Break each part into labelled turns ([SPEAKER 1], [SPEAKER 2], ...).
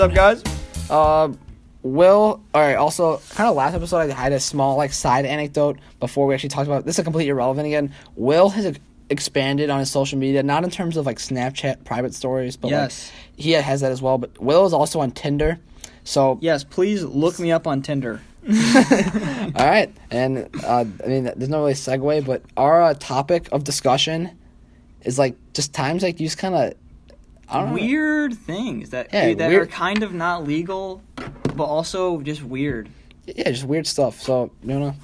[SPEAKER 1] up, guys?
[SPEAKER 2] Uh, Will. All right. Also, kind of last episode, I had a small like side anecdote before we actually talked about this. Is completely irrelevant again. Will has ex- expanded on his social media, not in terms of like Snapchat private stories, but
[SPEAKER 1] Yes.
[SPEAKER 2] like he has that as well. But Will is also on Tinder. So
[SPEAKER 1] Yes, please look me up on Tinder.
[SPEAKER 2] all right, and uh, I mean, there's no really segue, but our uh, topic of discussion is like just times like you just kind of. I don't know.
[SPEAKER 1] Weird things that
[SPEAKER 2] Yeah,
[SPEAKER 1] that
[SPEAKER 2] weird-
[SPEAKER 1] are kind of not legal, but also just weird.
[SPEAKER 2] Yeah, just weird stuff. So you know,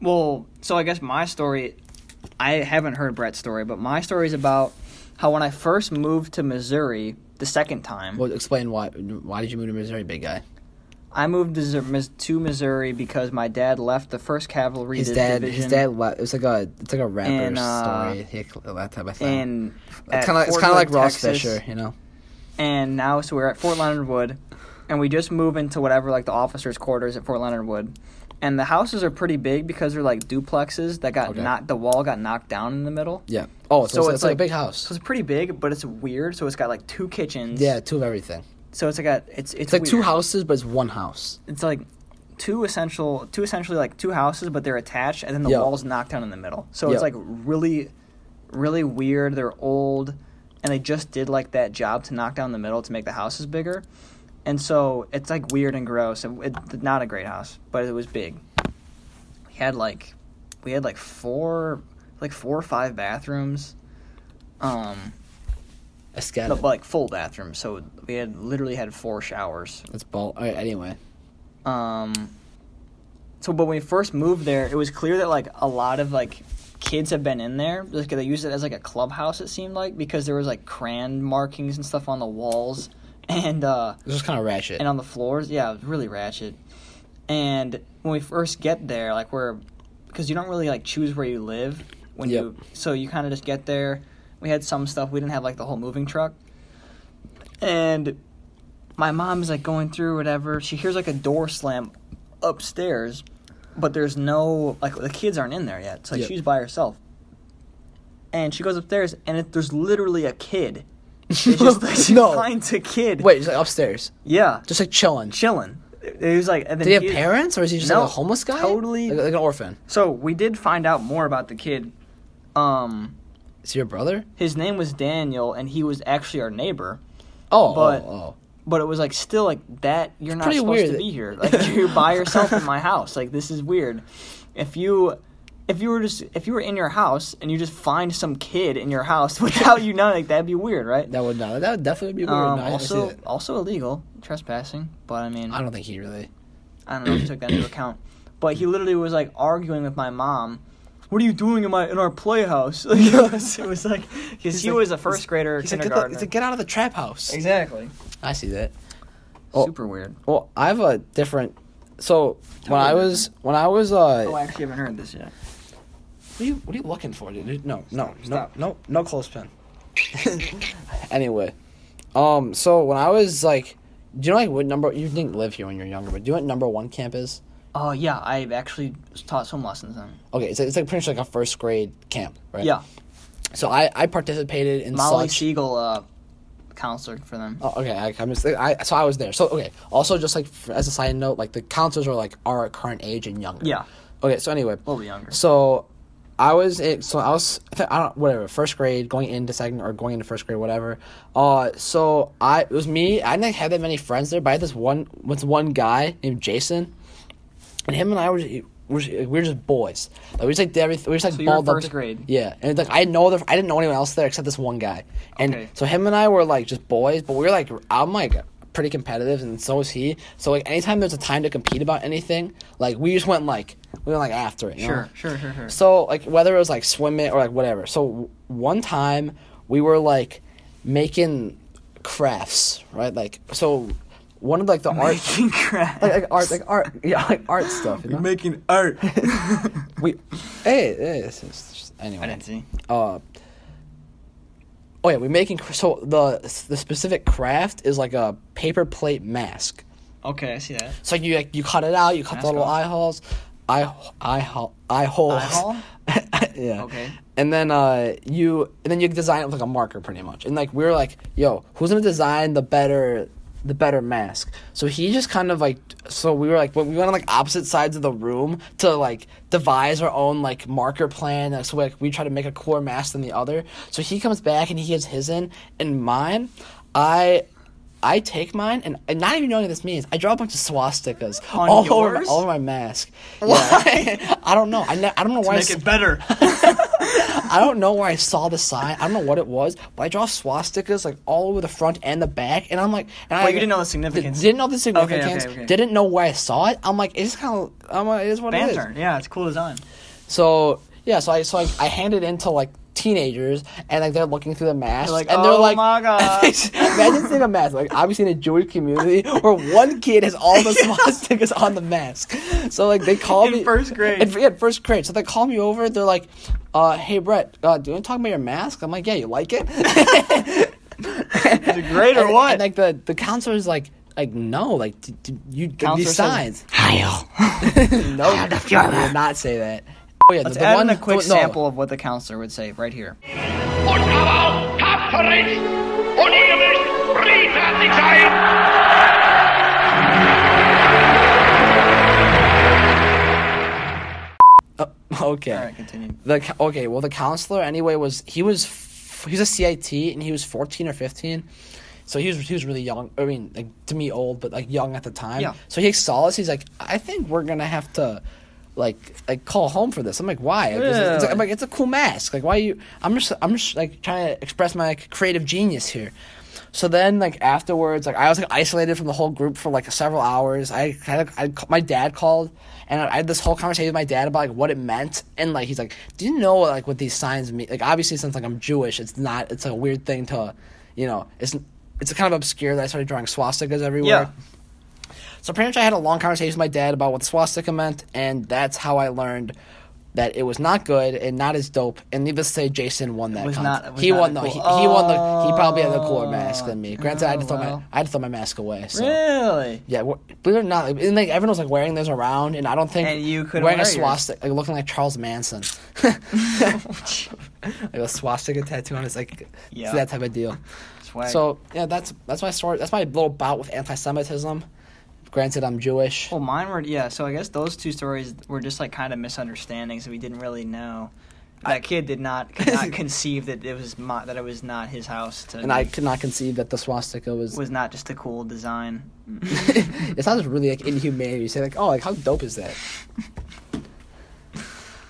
[SPEAKER 1] Well, so I guess my story, I haven't heard Brett's story, but my story is about how when I first moved to Missouri the second time,
[SPEAKER 2] well, explain why. Why did you move to Missouri, big guy?
[SPEAKER 1] I moved to, Zur- Mis- to Missouri because my dad left the First Cavalry
[SPEAKER 2] His
[SPEAKER 1] Di-
[SPEAKER 2] dad,
[SPEAKER 1] Division.
[SPEAKER 2] his dad left. It's like a, it's like a rapper
[SPEAKER 1] And, uh,
[SPEAKER 2] story, he, that type of thing.
[SPEAKER 1] And
[SPEAKER 2] it's kind of, it's kind of like Ross Fisher, you know.
[SPEAKER 1] And now, so we're at Fort Leonard Wood, and we just move into whatever like the officers' quarters at Fort Leonard Wood, and the houses are pretty big because they're like duplexes that got
[SPEAKER 2] Okay.
[SPEAKER 1] knocked. The wall got knocked down in the middle,
[SPEAKER 2] Yeah. Oh,
[SPEAKER 1] So
[SPEAKER 2] so, it's,
[SPEAKER 1] it's
[SPEAKER 2] it's like,
[SPEAKER 1] like-
[SPEAKER 2] a big
[SPEAKER 1] so
[SPEAKER 2] house.
[SPEAKER 1] it's pretty big, but it's weird. So it's got like two kitchens.
[SPEAKER 2] Yeah, two of everything.
[SPEAKER 1] So it's like a it's it's,
[SPEAKER 2] It's like two
[SPEAKER 1] weird.
[SPEAKER 2] houses, but it's one house.
[SPEAKER 1] It's like two essential two essentially like two houses, but they're attached, and then the
[SPEAKER 2] Yeah.
[SPEAKER 1] walls knocked down in the middle. So
[SPEAKER 2] Yeah.
[SPEAKER 1] it's like really, really weird. They're old, and they just did like that job to knock down the middle to make the houses bigger, and so it's like weird and gross. And it, not a great house, but it was big. We had like, we had like four, like four or five bathrooms. Um,
[SPEAKER 2] A scatter.
[SPEAKER 1] but like full bathrooms. So we had literally had four showers.
[SPEAKER 2] That's ball. All right, anyway.
[SPEAKER 1] um so but when we first moved there it was clear that like a lot of like kids have been in there like they used it as like a clubhouse it seemed like because there was like crayon markings and stuff on the walls and uh
[SPEAKER 2] It's just kind of ratchet.
[SPEAKER 1] and on the floors yeah it was really ratchet and when we first get there like we're because you don't really like choose where you live when
[SPEAKER 2] Yep.
[SPEAKER 1] you so you kind of just get there we had some stuff we didn't have like the whole moving truck and my mom's like going through whatever she hears like a door slam upstairs but there's no like the kids aren't in there yet so like,
[SPEAKER 2] Yep.
[SPEAKER 1] she's by herself and she goes upstairs and it, there's literally a kid it's just like she
[SPEAKER 2] No.
[SPEAKER 1] finds a kid
[SPEAKER 2] Wait, just like upstairs,
[SPEAKER 1] yeah
[SPEAKER 2] just like chilling.
[SPEAKER 1] chilling. It it was like, and then
[SPEAKER 2] Did he
[SPEAKER 1] he-
[SPEAKER 2] have parents, or is he just
[SPEAKER 1] No,
[SPEAKER 2] like a homeless guy?
[SPEAKER 1] totally-
[SPEAKER 2] like, like an orphan.
[SPEAKER 1] So we did find out more about the kid. Um,
[SPEAKER 2] Is he your brother?
[SPEAKER 1] his name was Daniel, and he was actually our neighbor.
[SPEAKER 2] Oh,
[SPEAKER 1] But-
[SPEAKER 2] oh, oh.
[SPEAKER 1] But it was like still like that. You're not
[SPEAKER 2] pretty
[SPEAKER 1] supposed
[SPEAKER 2] weird
[SPEAKER 1] to
[SPEAKER 2] that-
[SPEAKER 1] be here. Like you're by yourself in my house. Like this is weird. If you, if you were just if you were in your house and you just find some kid in your house without you knowing, like that'd be weird, right?
[SPEAKER 2] that would not. That would definitely be weird.
[SPEAKER 1] Um,
[SPEAKER 2] No, I- I see
[SPEAKER 1] also,
[SPEAKER 2] that.
[SPEAKER 1] also illegal trespassing. But I mean,
[SPEAKER 2] I don't think he really.
[SPEAKER 1] I don't know if you took that into account. But he literally was like arguing with my mom. What are you doing in my in our playhouse? Like, it, was, it was like because
[SPEAKER 2] He's
[SPEAKER 1] he
[SPEAKER 2] like-
[SPEAKER 1] was a first grader
[SPEAKER 2] He's like, get the,
[SPEAKER 1] kindergarten.
[SPEAKER 2] he's like, get out of the trap house.
[SPEAKER 1] exactly.
[SPEAKER 2] I see that. Oh.
[SPEAKER 1] Super weird.
[SPEAKER 2] Well, I have a different. So when
[SPEAKER 1] me
[SPEAKER 2] I
[SPEAKER 1] about
[SPEAKER 2] was when I was uh,
[SPEAKER 1] Oh, I
[SPEAKER 2] what
[SPEAKER 1] actually haven't heard this yet.
[SPEAKER 2] are you what are you looking for, dude? No, no, no,
[SPEAKER 1] Stop.
[SPEAKER 2] no, no clothespin. anyway, um, so when I was like, do you know like what number you didn't live here when you were younger, but do you know what number one camp is?
[SPEAKER 1] Oh yeah, I actually taught swim lessons then.
[SPEAKER 2] Okay, it's like, it's like pretty much like a first grade camp, right?
[SPEAKER 1] Yeah,
[SPEAKER 2] So I I participated in
[SPEAKER 1] Molly
[SPEAKER 2] such.
[SPEAKER 1] Siegel, uh, counselor for them.
[SPEAKER 2] Oh, okay, I, I'm just, I so I was there. So okay, also just like f- as a side note, like the counselors are like our current age and younger.
[SPEAKER 1] Yeah,
[SPEAKER 2] Okay, so anyway,
[SPEAKER 1] a little bit younger.
[SPEAKER 2] So, I was in, so I was I think- I don't whatever first grade going into second or going into first grade whatever. Uh, so I it was me. I didn't have that many friends there, but I had this one with one guy named Jason, and him and I were. Just, we're just, we were just boys. Like, we just like did everything. We were just like
[SPEAKER 1] So you were
[SPEAKER 2] balled up.
[SPEAKER 1] first grade.
[SPEAKER 2] Yeah, and like I know the, I didn't know anyone else there except this one guy. And
[SPEAKER 1] Okay.
[SPEAKER 2] so him and I were like just boys, but we were like I'm like pretty competitive, and so was he. So like anytime there's a time to compete about anything, like we just went like we went like after it. you know?
[SPEAKER 1] Sure, sure, sure, sure.
[SPEAKER 2] So like whether it was like swimming or like whatever. So w- one time we were like making crafts, right? Like so one of like the art
[SPEAKER 1] Making crap.
[SPEAKER 2] like, like art like art yeah like art stuff. You know?
[SPEAKER 1] Making art. I
[SPEAKER 2] we hey, hey this is just- anyway.
[SPEAKER 1] didn't see.
[SPEAKER 2] Uh, oh yeah, we're making cr- so the the specific craft is like a paper plate mask.
[SPEAKER 1] Okay, I see that.
[SPEAKER 2] So you like, you cut it out, you cut
[SPEAKER 1] Mask
[SPEAKER 2] the little
[SPEAKER 1] off.
[SPEAKER 2] eye holes, eye ho- eye hole eye holes.
[SPEAKER 1] hole?
[SPEAKER 2] yeah.
[SPEAKER 1] Okay.
[SPEAKER 2] And then uh, you and then you design it with like a marker pretty much. And like we were like, yo, who's gonna design the better the better mask. So he just kind of like so we were like we went on like opposite sides of the room to like devise our own like marker plan. Like, so like we try to make a cooler mask than the other. So he comes back and he gives his in and mine. I I take mine and, and not even knowing what this means. I draw a bunch of swastikas
[SPEAKER 1] On
[SPEAKER 2] all over my,
[SPEAKER 1] yours?
[SPEAKER 2] all over my mask. Why? I don't know. I, ne- I don't know why. I
[SPEAKER 1] Make
[SPEAKER 2] s-
[SPEAKER 1] it better.
[SPEAKER 2] I don't know where I saw the sign. I don't know what it was, but I draw swastikas like all over the front and the back, and I'm like, and I
[SPEAKER 1] Well, you didn't know the significance.
[SPEAKER 2] Didn't know the significance.
[SPEAKER 1] okay.
[SPEAKER 2] Didn't know where I saw it. I'm like, it's kind of, I'm like, it is what it is.
[SPEAKER 1] Banter. Yeah, it's cool design.
[SPEAKER 2] So yeah, so I so I, I hand it in to like teenagers, and like they're looking through the masks,
[SPEAKER 1] They're like,
[SPEAKER 2] and they're
[SPEAKER 1] "Oh
[SPEAKER 2] like,
[SPEAKER 1] my God."
[SPEAKER 2] imagine seeing a mask. Like obviously in a Jewish community where one kid has all the swastikas on the mask. So like they call
[SPEAKER 1] In
[SPEAKER 2] me
[SPEAKER 1] first grade.
[SPEAKER 2] In, yeah, first grade. So they call me over. They're like, uh, "Hey Brett, uh, do you want to talk about your mask?" I'm like, "Yeah, you like it?"
[SPEAKER 1] Is it great or
[SPEAKER 2] and,
[SPEAKER 1] what?
[SPEAKER 2] And like the the counselor's like. Like no, like d- d- you give
[SPEAKER 1] Counselor
[SPEAKER 2] these
[SPEAKER 1] says,
[SPEAKER 2] signs.
[SPEAKER 3] Hail.
[SPEAKER 2] No, I would not say that. Oh yeah,
[SPEAKER 1] Let's
[SPEAKER 2] the, the
[SPEAKER 1] add
[SPEAKER 2] one
[SPEAKER 1] in a quick
[SPEAKER 2] the- no.
[SPEAKER 1] sample of what the counselor would say right here.
[SPEAKER 4] und aber auch tapfer ist und ihr müsst friedfertig sein.
[SPEAKER 2] Okay.
[SPEAKER 1] All right, continue.
[SPEAKER 2] The co- okay, well, the counselor anyway was he was f- he was a CIT and he was fourteen or fifteen, so he was he was really young. I mean, like to me, old, but like young at the time.
[SPEAKER 1] Yeah.
[SPEAKER 2] So he saw us. He's like, I think we're gonna have to. Like, like call home for this. I'm like, why? Like, this is- it's,
[SPEAKER 1] Yeah.
[SPEAKER 2] I'm like, it's a cool mask. Like, why you? I'm just, I'm just like trying to express my like, creative genius here. So then, like afterwards, like I was like isolated from the whole group for like several hours. I kind of, I ca- my dad called, and I had this whole conversation with my dad about like what it meant, and like he's like, "Do you know like what these signs mean?" Like obviously, since like I'm Jewish, it's not, it's a weird thing to, you know, it's it's kind of obscure that I started drawing swastikas everywhere.
[SPEAKER 1] Yeah.
[SPEAKER 2] So pretty much, I had a long conversation with my dad about what the swastika meant, and that's how I learned that it was not good and not as dope. And needless to say, Jason won that.
[SPEAKER 1] was
[SPEAKER 2] contest.
[SPEAKER 1] not- was
[SPEAKER 2] he
[SPEAKER 1] not
[SPEAKER 2] won
[SPEAKER 1] that
[SPEAKER 2] though. He,
[SPEAKER 1] cool.
[SPEAKER 2] he won the. He probably had the cooler
[SPEAKER 1] Oh,
[SPEAKER 2] mask than me. Granted, I had to
[SPEAKER 1] oh,
[SPEAKER 2] throw my
[SPEAKER 1] well.
[SPEAKER 2] I had to throw my mask away. So.
[SPEAKER 1] Really?
[SPEAKER 2] Yeah, wh- believe it or not, and like everyone was like wearing those around, and I don't think
[SPEAKER 1] And you couldn't
[SPEAKER 2] wearing
[SPEAKER 1] wear
[SPEAKER 2] a
[SPEAKER 1] yours.
[SPEAKER 2] swastika, like looking like Charles Manson, like a swastika tattoo on his like,
[SPEAKER 1] Yeah.
[SPEAKER 2] it's that type of deal.
[SPEAKER 1] Swag.
[SPEAKER 2] So yeah, that's that's my story. That's my little bout with anti-Semitism. Granted, I'm Jewish.
[SPEAKER 1] Well, Oh, mine were yeah. So I guess those two stories were just like kind of misunderstandings. We didn't really know. That kid did not, could not conceive that it was my, that it was not his house. To
[SPEAKER 2] and I could not conceive that the swastika was.
[SPEAKER 1] was not just a cool design.
[SPEAKER 2] it sounds really like inhumane. You say like, oh, like how dope is that?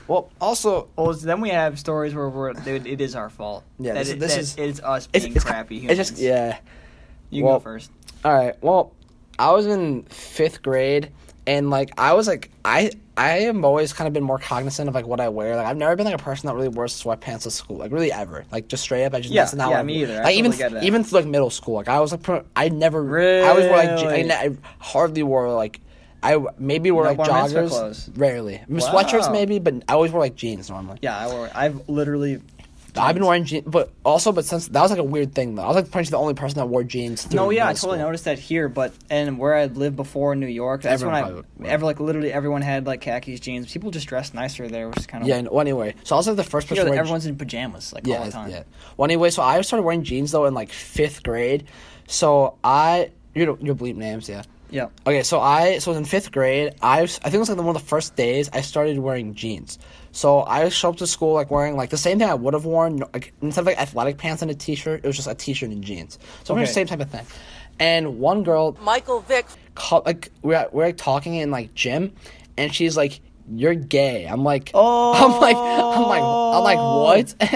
[SPEAKER 2] well, also,
[SPEAKER 1] Well, it's- then we have stories where we're, dude, it is our fault.
[SPEAKER 2] Yeah,
[SPEAKER 1] that
[SPEAKER 2] this-
[SPEAKER 1] it-
[SPEAKER 2] this
[SPEAKER 1] that
[SPEAKER 2] is-
[SPEAKER 1] it's us
[SPEAKER 2] it's,
[SPEAKER 1] being
[SPEAKER 2] it's
[SPEAKER 1] crappy
[SPEAKER 2] It's
[SPEAKER 1] humans.
[SPEAKER 2] just yeah.
[SPEAKER 1] You
[SPEAKER 2] well-
[SPEAKER 1] go first.
[SPEAKER 2] All right. Well, I was in fifth grade, and like I was like I I am always kind of been more cognizant of like what I wear. Like I've never been like a person that really wears sweatpants to school, like really ever. Like just straight up, I just
[SPEAKER 1] Yeah,
[SPEAKER 2] that's not
[SPEAKER 1] yeah,
[SPEAKER 2] what I
[SPEAKER 1] me
[SPEAKER 2] do.
[SPEAKER 1] either. I
[SPEAKER 2] Like even
[SPEAKER 1] totally get that.
[SPEAKER 2] even through like middle school, like I was like pro- I never I always wore like je- I,
[SPEAKER 1] Really?
[SPEAKER 2] ne- I hardly wore like. I w- maybe wore
[SPEAKER 1] No
[SPEAKER 2] like
[SPEAKER 1] bar mitzvah
[SPEAKER 2] joggers,
[SPEAKER 1] clothes.
[SPEAKER 2] rarely. I mean,
[SPEAKER 1] Wow.
[SPEAKER 2] Sweatshirts maybe, but I always wore like jeans normally.
[SPEAKER 1] Yeah, I wore, I've literally.
[SPEAKER 2] I've been wearing jeans, but also, but since that was like a weird thing though. I was like pretty much the only person that wore jeans. through
[SPEAKER 1] No, yeah, I
[SPEAKER 2] middle
[SPEAKER 1] totally
[SPEAKER 2] school.
[SPEAKER 1] noticed that here, but and where I lived before in New York, that's
[SPEAKER 2] Everyone
[SPEAKER 1] when
[SPEAKER 2] probably
[SPEAKER 1] I
[SPEAKER 2] would-
[SPEAKER 1] ever like literally everyone had like khakis, jeans. People just dressed nicer there, which is kind of
[SPEAKER 2] Yeah. Well, anyway, so I was like the first person.
[SPEAKER 1] Here,
[SPEAKER 2] to wear je-
[SPEAKER 1] everyone's in pajamas like all the
[SPEAKER 2] it's-
[SPEAKER 1] time.
[SPEAKER 2] Well, anyway, so I started wearing jeans though in like fifth grade. So I, you know, you bleep names, yeah.
[SPEAKER 1] Yeah.
[SPEAKER 2] Okay, so I so in fifth grade, I was- I think it was like one of the first days I started wearing jeans. So I show up to school like wearing like the same thing I would have worn no- like, instead of like athletic pants and a t-shirt, it was just a t-shirt and jeans. So we're the
[SPEAKER 1] Okay.
[SPEAKER 2] same type of thing. And one girl
[SPEAKER 5] Michael Vick
[SPEAKER 2] called like we're we're like talking in like gym, and she's like. You're gay. I'm like,
[SPEAKER 1] Oh.
[SPEAKER 2] I'm like, I'm like, I'm like,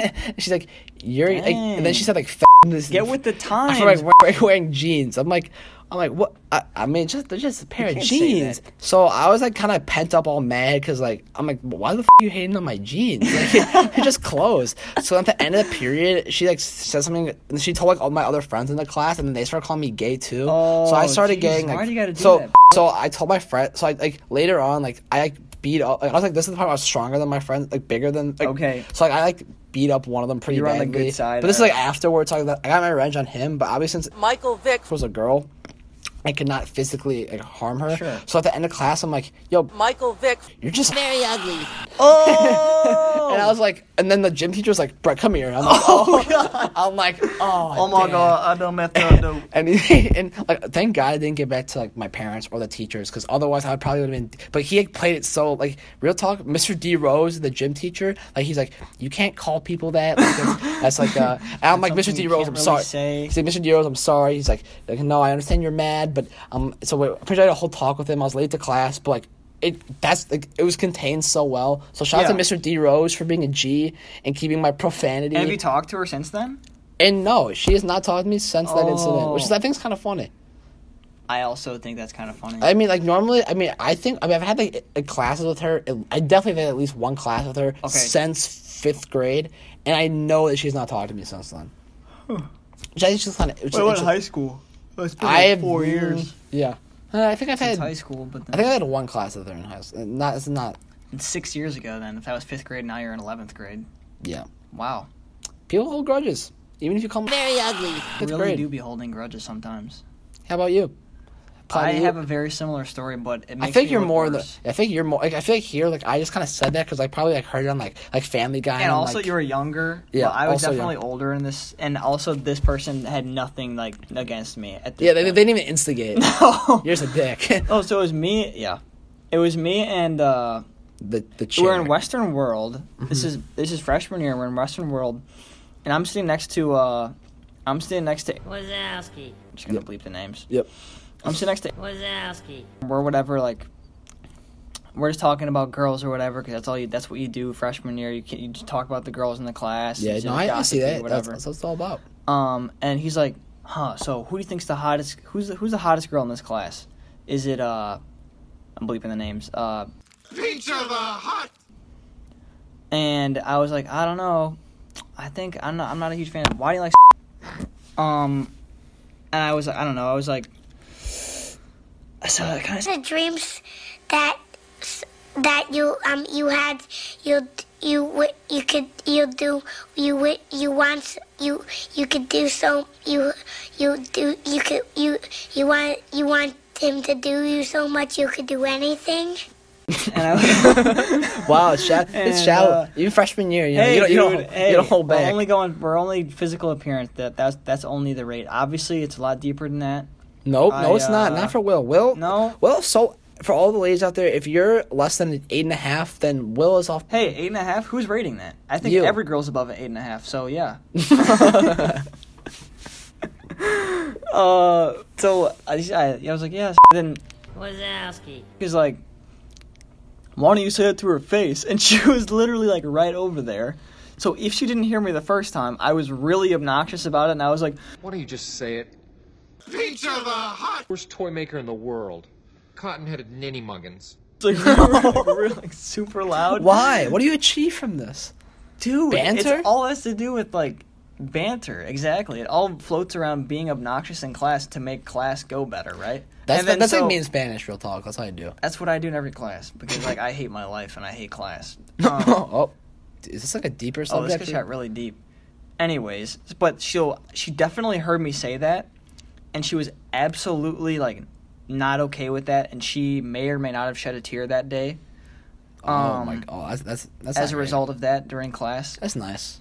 [SPEAKER 2] what? she's like, you're, like, and then she said like, F- this,
[SPEAKER 1] Get with the times.
[SPEAKER 2] I'm like wearing, wearing jeans. I'm like, I'm like, what? I, I mean, just they're just a pair of
[SPEAKER 1] can't say that.
[SPEAKER 2] jeans. So I was like, kind of pent up, all mad, because like, I'm like, why the f- you hating on my jeans? Like, they're just clothes. So at the end of the period, she like said something. And she told like all my other friends in the class, and then they started calling me gay too. so I
[SPEAKER 1] Oh,
[SPEAKER 2] started
[SPEAKER 1] jeez,
[SPEAKER 2] getting
[SPEAKER 1] why
[SPEAKER 2] like,
[SPEAKER 1] do you gotta do
[SPEAKER 2] so
[SPEAKER 1] that,
[SPEAKER 2] so I told my friend. So I like later on, like I like beat up. Like, I was like, this is the part where I was stronger than my friends, like bigger than. Like,
[SPEAKER 1] Okay.
[SPEAKER 2] So like I like beat up one of them pretty
[SPEAKER 1] You were on the
[SPEAKER 2] badly.
[SPEAKER 1] good side,
[SPEAKER 2] but this is
[SPEAKER 1] uh,
[SPEAKER 2] like afterwards. Like, I got my revenge on him, but obviously since
[SPEAKER 5] Michael Vick
[SPEAKER 2] was a girl. I could not physically like, harm her.
[SPEAKER 1] Sure.
[SPEAKER 2] So at the end of class, I'm like, "Yo,
[SPEAKER 3] Michael Vick.
[SPEAKER 2] you're just very ugly."
[SPEAKER 1] Oh,
[SPEAKER 2] And I was like, and then the gym teacher's like, "Brett, come here." And I'm like, "Oh, I'm like, oh,
[SPEAKER 1] oh my
[SPEAKER 2] damn."
[SPEAKER 1] god, I don't mess up. no.
[SPEAKER 2] And he, and like, thank God I didn't get back to like my parents or the teachers because otherwise I would probably would have been. But he had played it so like real talk. Mr. D Rose, the gym teacher, like he's like, you can't call people that. Like, that's, that's like, uh, and I'm like, Mr.
[SPEAKER 1] something
[SPEAKER 2] D
[SPEAKER 1] you
[SPEAKER 2] Rose, I'm
[SPEAKER 1] can't really
[SPEAKER 2] sorry.
[SPEAKER 1] say.
[SPEAKER 2] He's like, Mr. D Rose, I'm sorry. He's like, like, no, I understand you're mad, but um, so we, pretty sure I had a whole talk with him. I was late to class, but like. It that's like it was contained so well. So shout
[SPEAKER 1] Yeah.
[SPEAKER 2] out to Mr. D Rose for being a G and keeping my profanity.
[SPEAKER 1] Have you talked to her since then?
[SPEAKER 2] And no, she has not talked to me since that incident,
[SPEAKER 1] Oh.
[SPEAKER 2] which is I think is kind of funny.
[SPEAKER 1] I also think that's kind of funny.
[SPEAKER 2] I mean, like normally, I mean, I think I mean I've had like uh, classes with her. I definitely had at least one class with her
[SPEAKER 1] Okay.
[SPEAKER 2] since fifth grade, and I know that she's not talked to me since then. Which I think is just kind of. Which, which-
[SPEAKER 1] school. It's been
[SPEAKER 2] I have Yeah, uh, I think I've had.
[SPEAKER 1] high school, but
[SPEAKER 2] I
[SPEAKER 1] then,
[SPEAKER 2] think I had one class with her in high school. Not it's not.
[SPEAKER 1] it's six years ago. Then, if that was fifth grade, now you're in eleventh grade.
[SPEAKER 2] Yeah,
[SPEAKER 1] Wow,
[SPEAKER 2] people hold grudges, even if you come very ugly. Fifth
[SPEAKER 1] really
[SPEAKER 2] grade.
[SPEAKER 1] do be holding grudges sometimes.
[SPEAKER 2] How about you?
[SPEAKER 1] I
[SPEAKER 2] Pliny, you-
[SPEAKER 1] have a very similar story, but it makes
[SPEAKER 2] I think
[SPEAKER 1] me
[SPEAKER 2] you're
[SPEAKER 1] look
[SPEAKER 2] more
[SPEAKER 1] worse.
[SPEAKER 2] the. I think you're more. Like, I feel like here, like I just kind of said that because I probably like heard it on like like Family Guy.
[SPEAKER 1] and also
[SPEAKER 2] like,
[SPEAKER 1] you were younger.
[SPEAKER 2] Yeah,
[SPEAKER 1] Yeah, I was
[SPEAKER 2] also
[SPEAKER 1] definitely
[SPEAKER 2] young.
[SPEAKER 1] older in this, and also this person had nothing like against me at this.
[SPEAKER 2] Yeah, they, they
[SPEAKER 1] point.
[SPEAKER 2] didn't even instigate.
[SPEAKER 1] oh,
[SPEAKER 2] Here's a dick.
[SPEAKER 1] so it was me. Yeah, it was me and uh,
[SPEAKER 2] the the chair.
[SPEAKER 1] we're in Western World. This
[SPEAKER 2] Mm-hmm.
[SPEAKER 1] is this is freshman year. We're in Western World, and I'm sitting next to uh, I'm sitting next to. I'm
[SPEAKER 5] Wazowski.
[SPEAKER 1] just gonna bleep the names.
[SPEAKER 2] Yep.
[SPEAKER 1] I'm sitting next to
[SPEAKER 5] Wazowski.
[SPEAKER 1] we're whatever like we're just talking about girls or whatever because that's all you that's what you do freshman year you can you just talk about the girls in the class
[SPEAKER 2] Yeah,
[SPEAKER 1] you
[SPEAKER 2] no,
[SPEAKER 1] know,
[SPEAKER 2] I, I
[SPEAKER 1] gossipy,
[SPEAKER 2] see that. That's,
[SPEAKER 1] whatever
[SPEAKER 2] that's what it's all about.
[SPEAKER 1] um and he's like huh so who do you think's the hottest who's the, who's the hottest girl in this class is it uh I'm bleeping the names uh and I was like I don't know I think I'm not I'm not a huge fan why do you like um and I was like, I don't know I was like so I kind of
[SPEAKER 6] the dreams that that you um you had you you would- you could you do you would- you want you you could do so you you do you could you you want you want him to do you so much you could do anything
[SPEAKER 1] and I was
[SPEAKER 2] Wow, it's shout, it's
[SPEAKER 1] And,
[SPEAKER 2] shout.
[SPEAKER 1] uh,
[SPEAKER 2] even freshman year, you know,
[SPEAKER 1] Hey,
[SPEAKER 2] you, don't, you,
[SPEAKER 1] dude,
[SPEAKER 2] don't,
[SPEAKER 1] hey,
[SPEAKER 2] you don't hold
[SPEAKER 1] We're
[SPEAKER 2] back.
[SPEAKER 1] only going. We're only physical appearance. That that's that's only the rate. Obviously, it's a lot deeper than that.
[SPEAKER 2] nope, no,
[SPEAKER 1] I,
[SPEAKER 2] it's not.
[SPEAKER 1] uh,
[SPEAKER 2] Not for Will. Will,
[SPEAKER 1] No.
[SPEAKER 2] Will, so for all the ladies out there, if you're less than an eight and a half, then Will is off.
[SPEAKER 1] Hey, eight and a half. Who's rating that? I think
[SPEAKER 2] You.
[SPEAKER 1] every girl's above an eight and a half. So yeah. uh, so I, just- I, I was like, yeah. s-. Then
[SPEAKER 5] Wazowski.
[SPEAKER 1] he's like, why don't you say that to her face? And she was literally like right over there. So if she didn't hear me the first time, I was really obnoxious about it, and I was like,
[SPEAKER 7] Why don't you just say it? Worst toy maker in the world. Cotton-headed ninny muggins.
[SPEAKER 1] like, like, really, like super loud.
[SPEAKER 2] Why? What do you achieve from this?
[SPEAKER 1] dude
[SPEAKER 2] Banter?
[SPEAKER 1] it's all has to do with like banter exactly it all floats around being obnoxious in class to make class go better right
[SPEAKER 2] That's
[SPEAKER 1] And then
[SPEAKER 2] that's
[SPEAKER 1] so-
[SPEAKER 2] like me in Spanish. Real talk. That's how I do.
[SPEAKER 1] that's what i do in every class because like i hate my life and i hate class um,
[SPEAKER 2] oh, is this like a deeper
[SPEAKER 1] oh this
[SPEAKER 2] subject?
[SPEAKER 1] just got really deep anyways but she'll she definitely heard me say that and she was absolutely like not okay with that and she may or may not have shed a tear that day
[SPEAKER 2] oh my
[SPEAKER 1] um,
[SPEAKER 2] god, oh, that's that's,
[SPEAKER 1] as
[SPEAKER 2] that's not
[SPEAKER 1] a
[SPEAKER 2] great.
[SPEAKER 1] result of that during class
[SPEAKER 2] That's nice.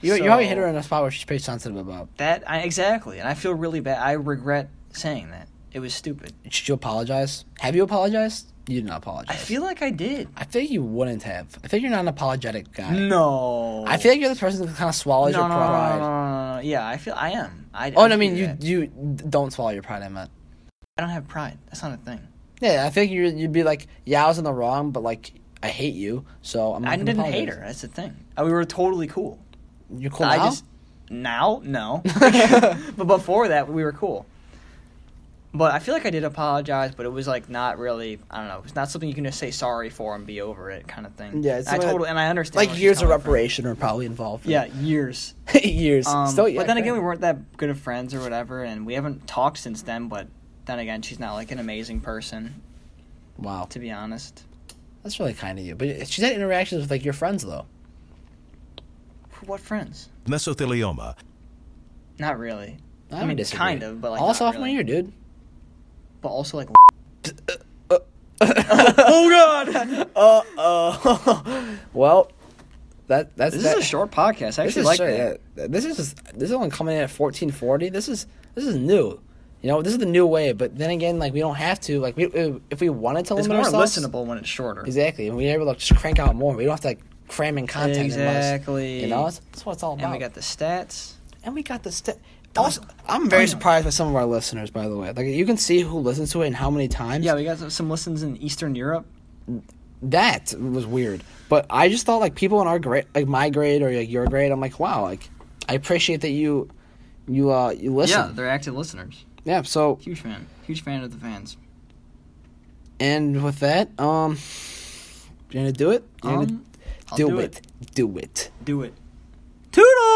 [SPEAKER 2] You you probably
[SPEAKER 1] So-
[SPEAKER 2] hit her in a spot where she's pretty sensitive about.
[SPEAKER 1] That I, exactly, and I feel really bad. I regret saying that. It was stupid.
[SPEAKER 2] Should you apologize? Have you apologized? You did not apologize.
[SPEAKER 1] I feel like I did.
[SPEAKER 2] I feel you wouldn't have. I feel you're not an apologetic guy.
[SPEAKER 1] No,
[SPEAKER 2] I feel like you're the person who kind of swallows
[SPEAKER 1] no,
[SPEAKER 2] your
[SPEAKER 1] no, no, no,
[SPEAKER 2] pride.
[SPEAKER 1] no, no, no. Yeah, I feel I am. I.
[SPEAKER 2] Oh, no, I
[SPEAKER 1] do
[SPEAKER 2] mean you
[SPEAKER 1] that.
[SPEAKER 2] you d- don't swallow your pride. I meant.
[SPEAKER 1] I don't have pride. That's not a thing.
[SPEAKER 2] Yeah, I feel like you're, you'd be like, yeah, I was in the wrong, but like I hate you, so I'm. Not
[SPEAKER 1] I
[SPEAKER 2] gonna
[SPEAKER 1] didn't
[SPEAKER 2] apologize.
[SPEAKER 1] hate her. That's the thing. Uh, We were totally cool.
[SPEAKER 2] You're cool
[SPEAKER 1] I
[SPEAKER 2] now.
[SPEAKER 1] just now no, but before that we were cool. But I feel like I did apologize, but it was like not really. I don't know. It's not something you can just say sorry for and be over it, kind of thing.
[SPEAKER 2] Yeah, it's
[SPEAKER 1] I
[SPEAKER 2] something that-
[SPEAKER 1] totally and I understand. where
[SPEAKER 2] like
[SPEAKER 1] she's
[SPEAKER 2] years of
[SPEAKER 1] coming from.
[SPEAKER 2] reparation are probably involved. in
[SPEAKER 1] Yeah,
[SPEAKER 2] it.
[SPEAKER 1] years.
[SPEAKER 2] years.
[SPEAKER 1] Um,
[SPEAKER 2] Still, yeah,
[SPEAKER 1] but then again,
[SPEAKER 2] great.
[SPEAKER 1] we weren't that good of friends or whatever, and we haven't talked since then. But then again, she's not like an amazing person,
[SPEAKER 2] Wow,
[SPEAKER 1] to be honest.
[SPEAKER 2] that's really kind of you. But she's had interactions with like your friends though.
[SPEAKER 1] What friends?
[SPEAKER 8] mesothelioma,
[SPEAKER 1] Not really.
[SPEAKER 2] I,
[SPEAKER 1] I
[SPEAKER 2] would
[SPEAKER 1] mean,
[SPEAKER 2] disagree.
[SPEAKER 1] kind of, but, like,
[SPEAKER 2] all
[SPEAKER 1] not
[SPEAKER 2] sophomore
[SPEAKER 1] really.
[SPEAKER 2] year, dude.
[SPEAKER 1] but also like. oh God!
[SPEAKER 2] Well, that that's
[SPEAKER 1] This is
[SPEAKER 2] that,
[SPEAKER 1] a short podcast. I
[SPEAKER 2] This
[SPEAKER 1] actually
[SPEAKER 2] is
[SPEAKER 1] like
[SPEAKER 2] sure,
[SPEAKER 1] that.
[SPEAKER 2] yeah. This is this is only coming in at fourteen forty. This is this is new. You know, this is the new way. But then again, like we don't have to. Like we if we wanted to
[SPEAKER 1] It's
[SPEAKER 2] limit
[SPEAKER 1] more
[SPEAKER 2] ourselves,
[SPEAKER 1] listenable when it's shorter.
[SPEAKER 2] Exactly, and we're able to just crank out more. We don't have to like cram in content.
[SPEAKER 1] Exactly.
[SPEAKER 2] Unless, you know, that's, that's what it's all about.
[SPEAKER 1] And we got the stats.
[SPEAKER 2] and we got the st- also, I'm very surprised by some of our listeners, by the way. Like you can see who listens to it and how many times.
[SPEAKER 1] Yeah, we got some- some listens in Eastern Europe.
[SPEAKER 2] that was weird. But I just thought like people in our grade, like my grade or like your grade, I'm like, wow, like I appreciate that you, you uh, you
[SPEAKER 1] Yeah,
[SPEAKER 2] listen.
[SPEAKER 1] they're active listeners.
[SPEAKER 2] yeah so
[SPEAKER 1] Huge fan. Huge fan of the fans.
[SPEAKER 2] and with that, um, you gonna do it? You gonna
[SPEAKER 1] Um, I'll do it.
[SPEAKER 2] Do it. Do it.
[SPEAKER 1] Do it. Toodle!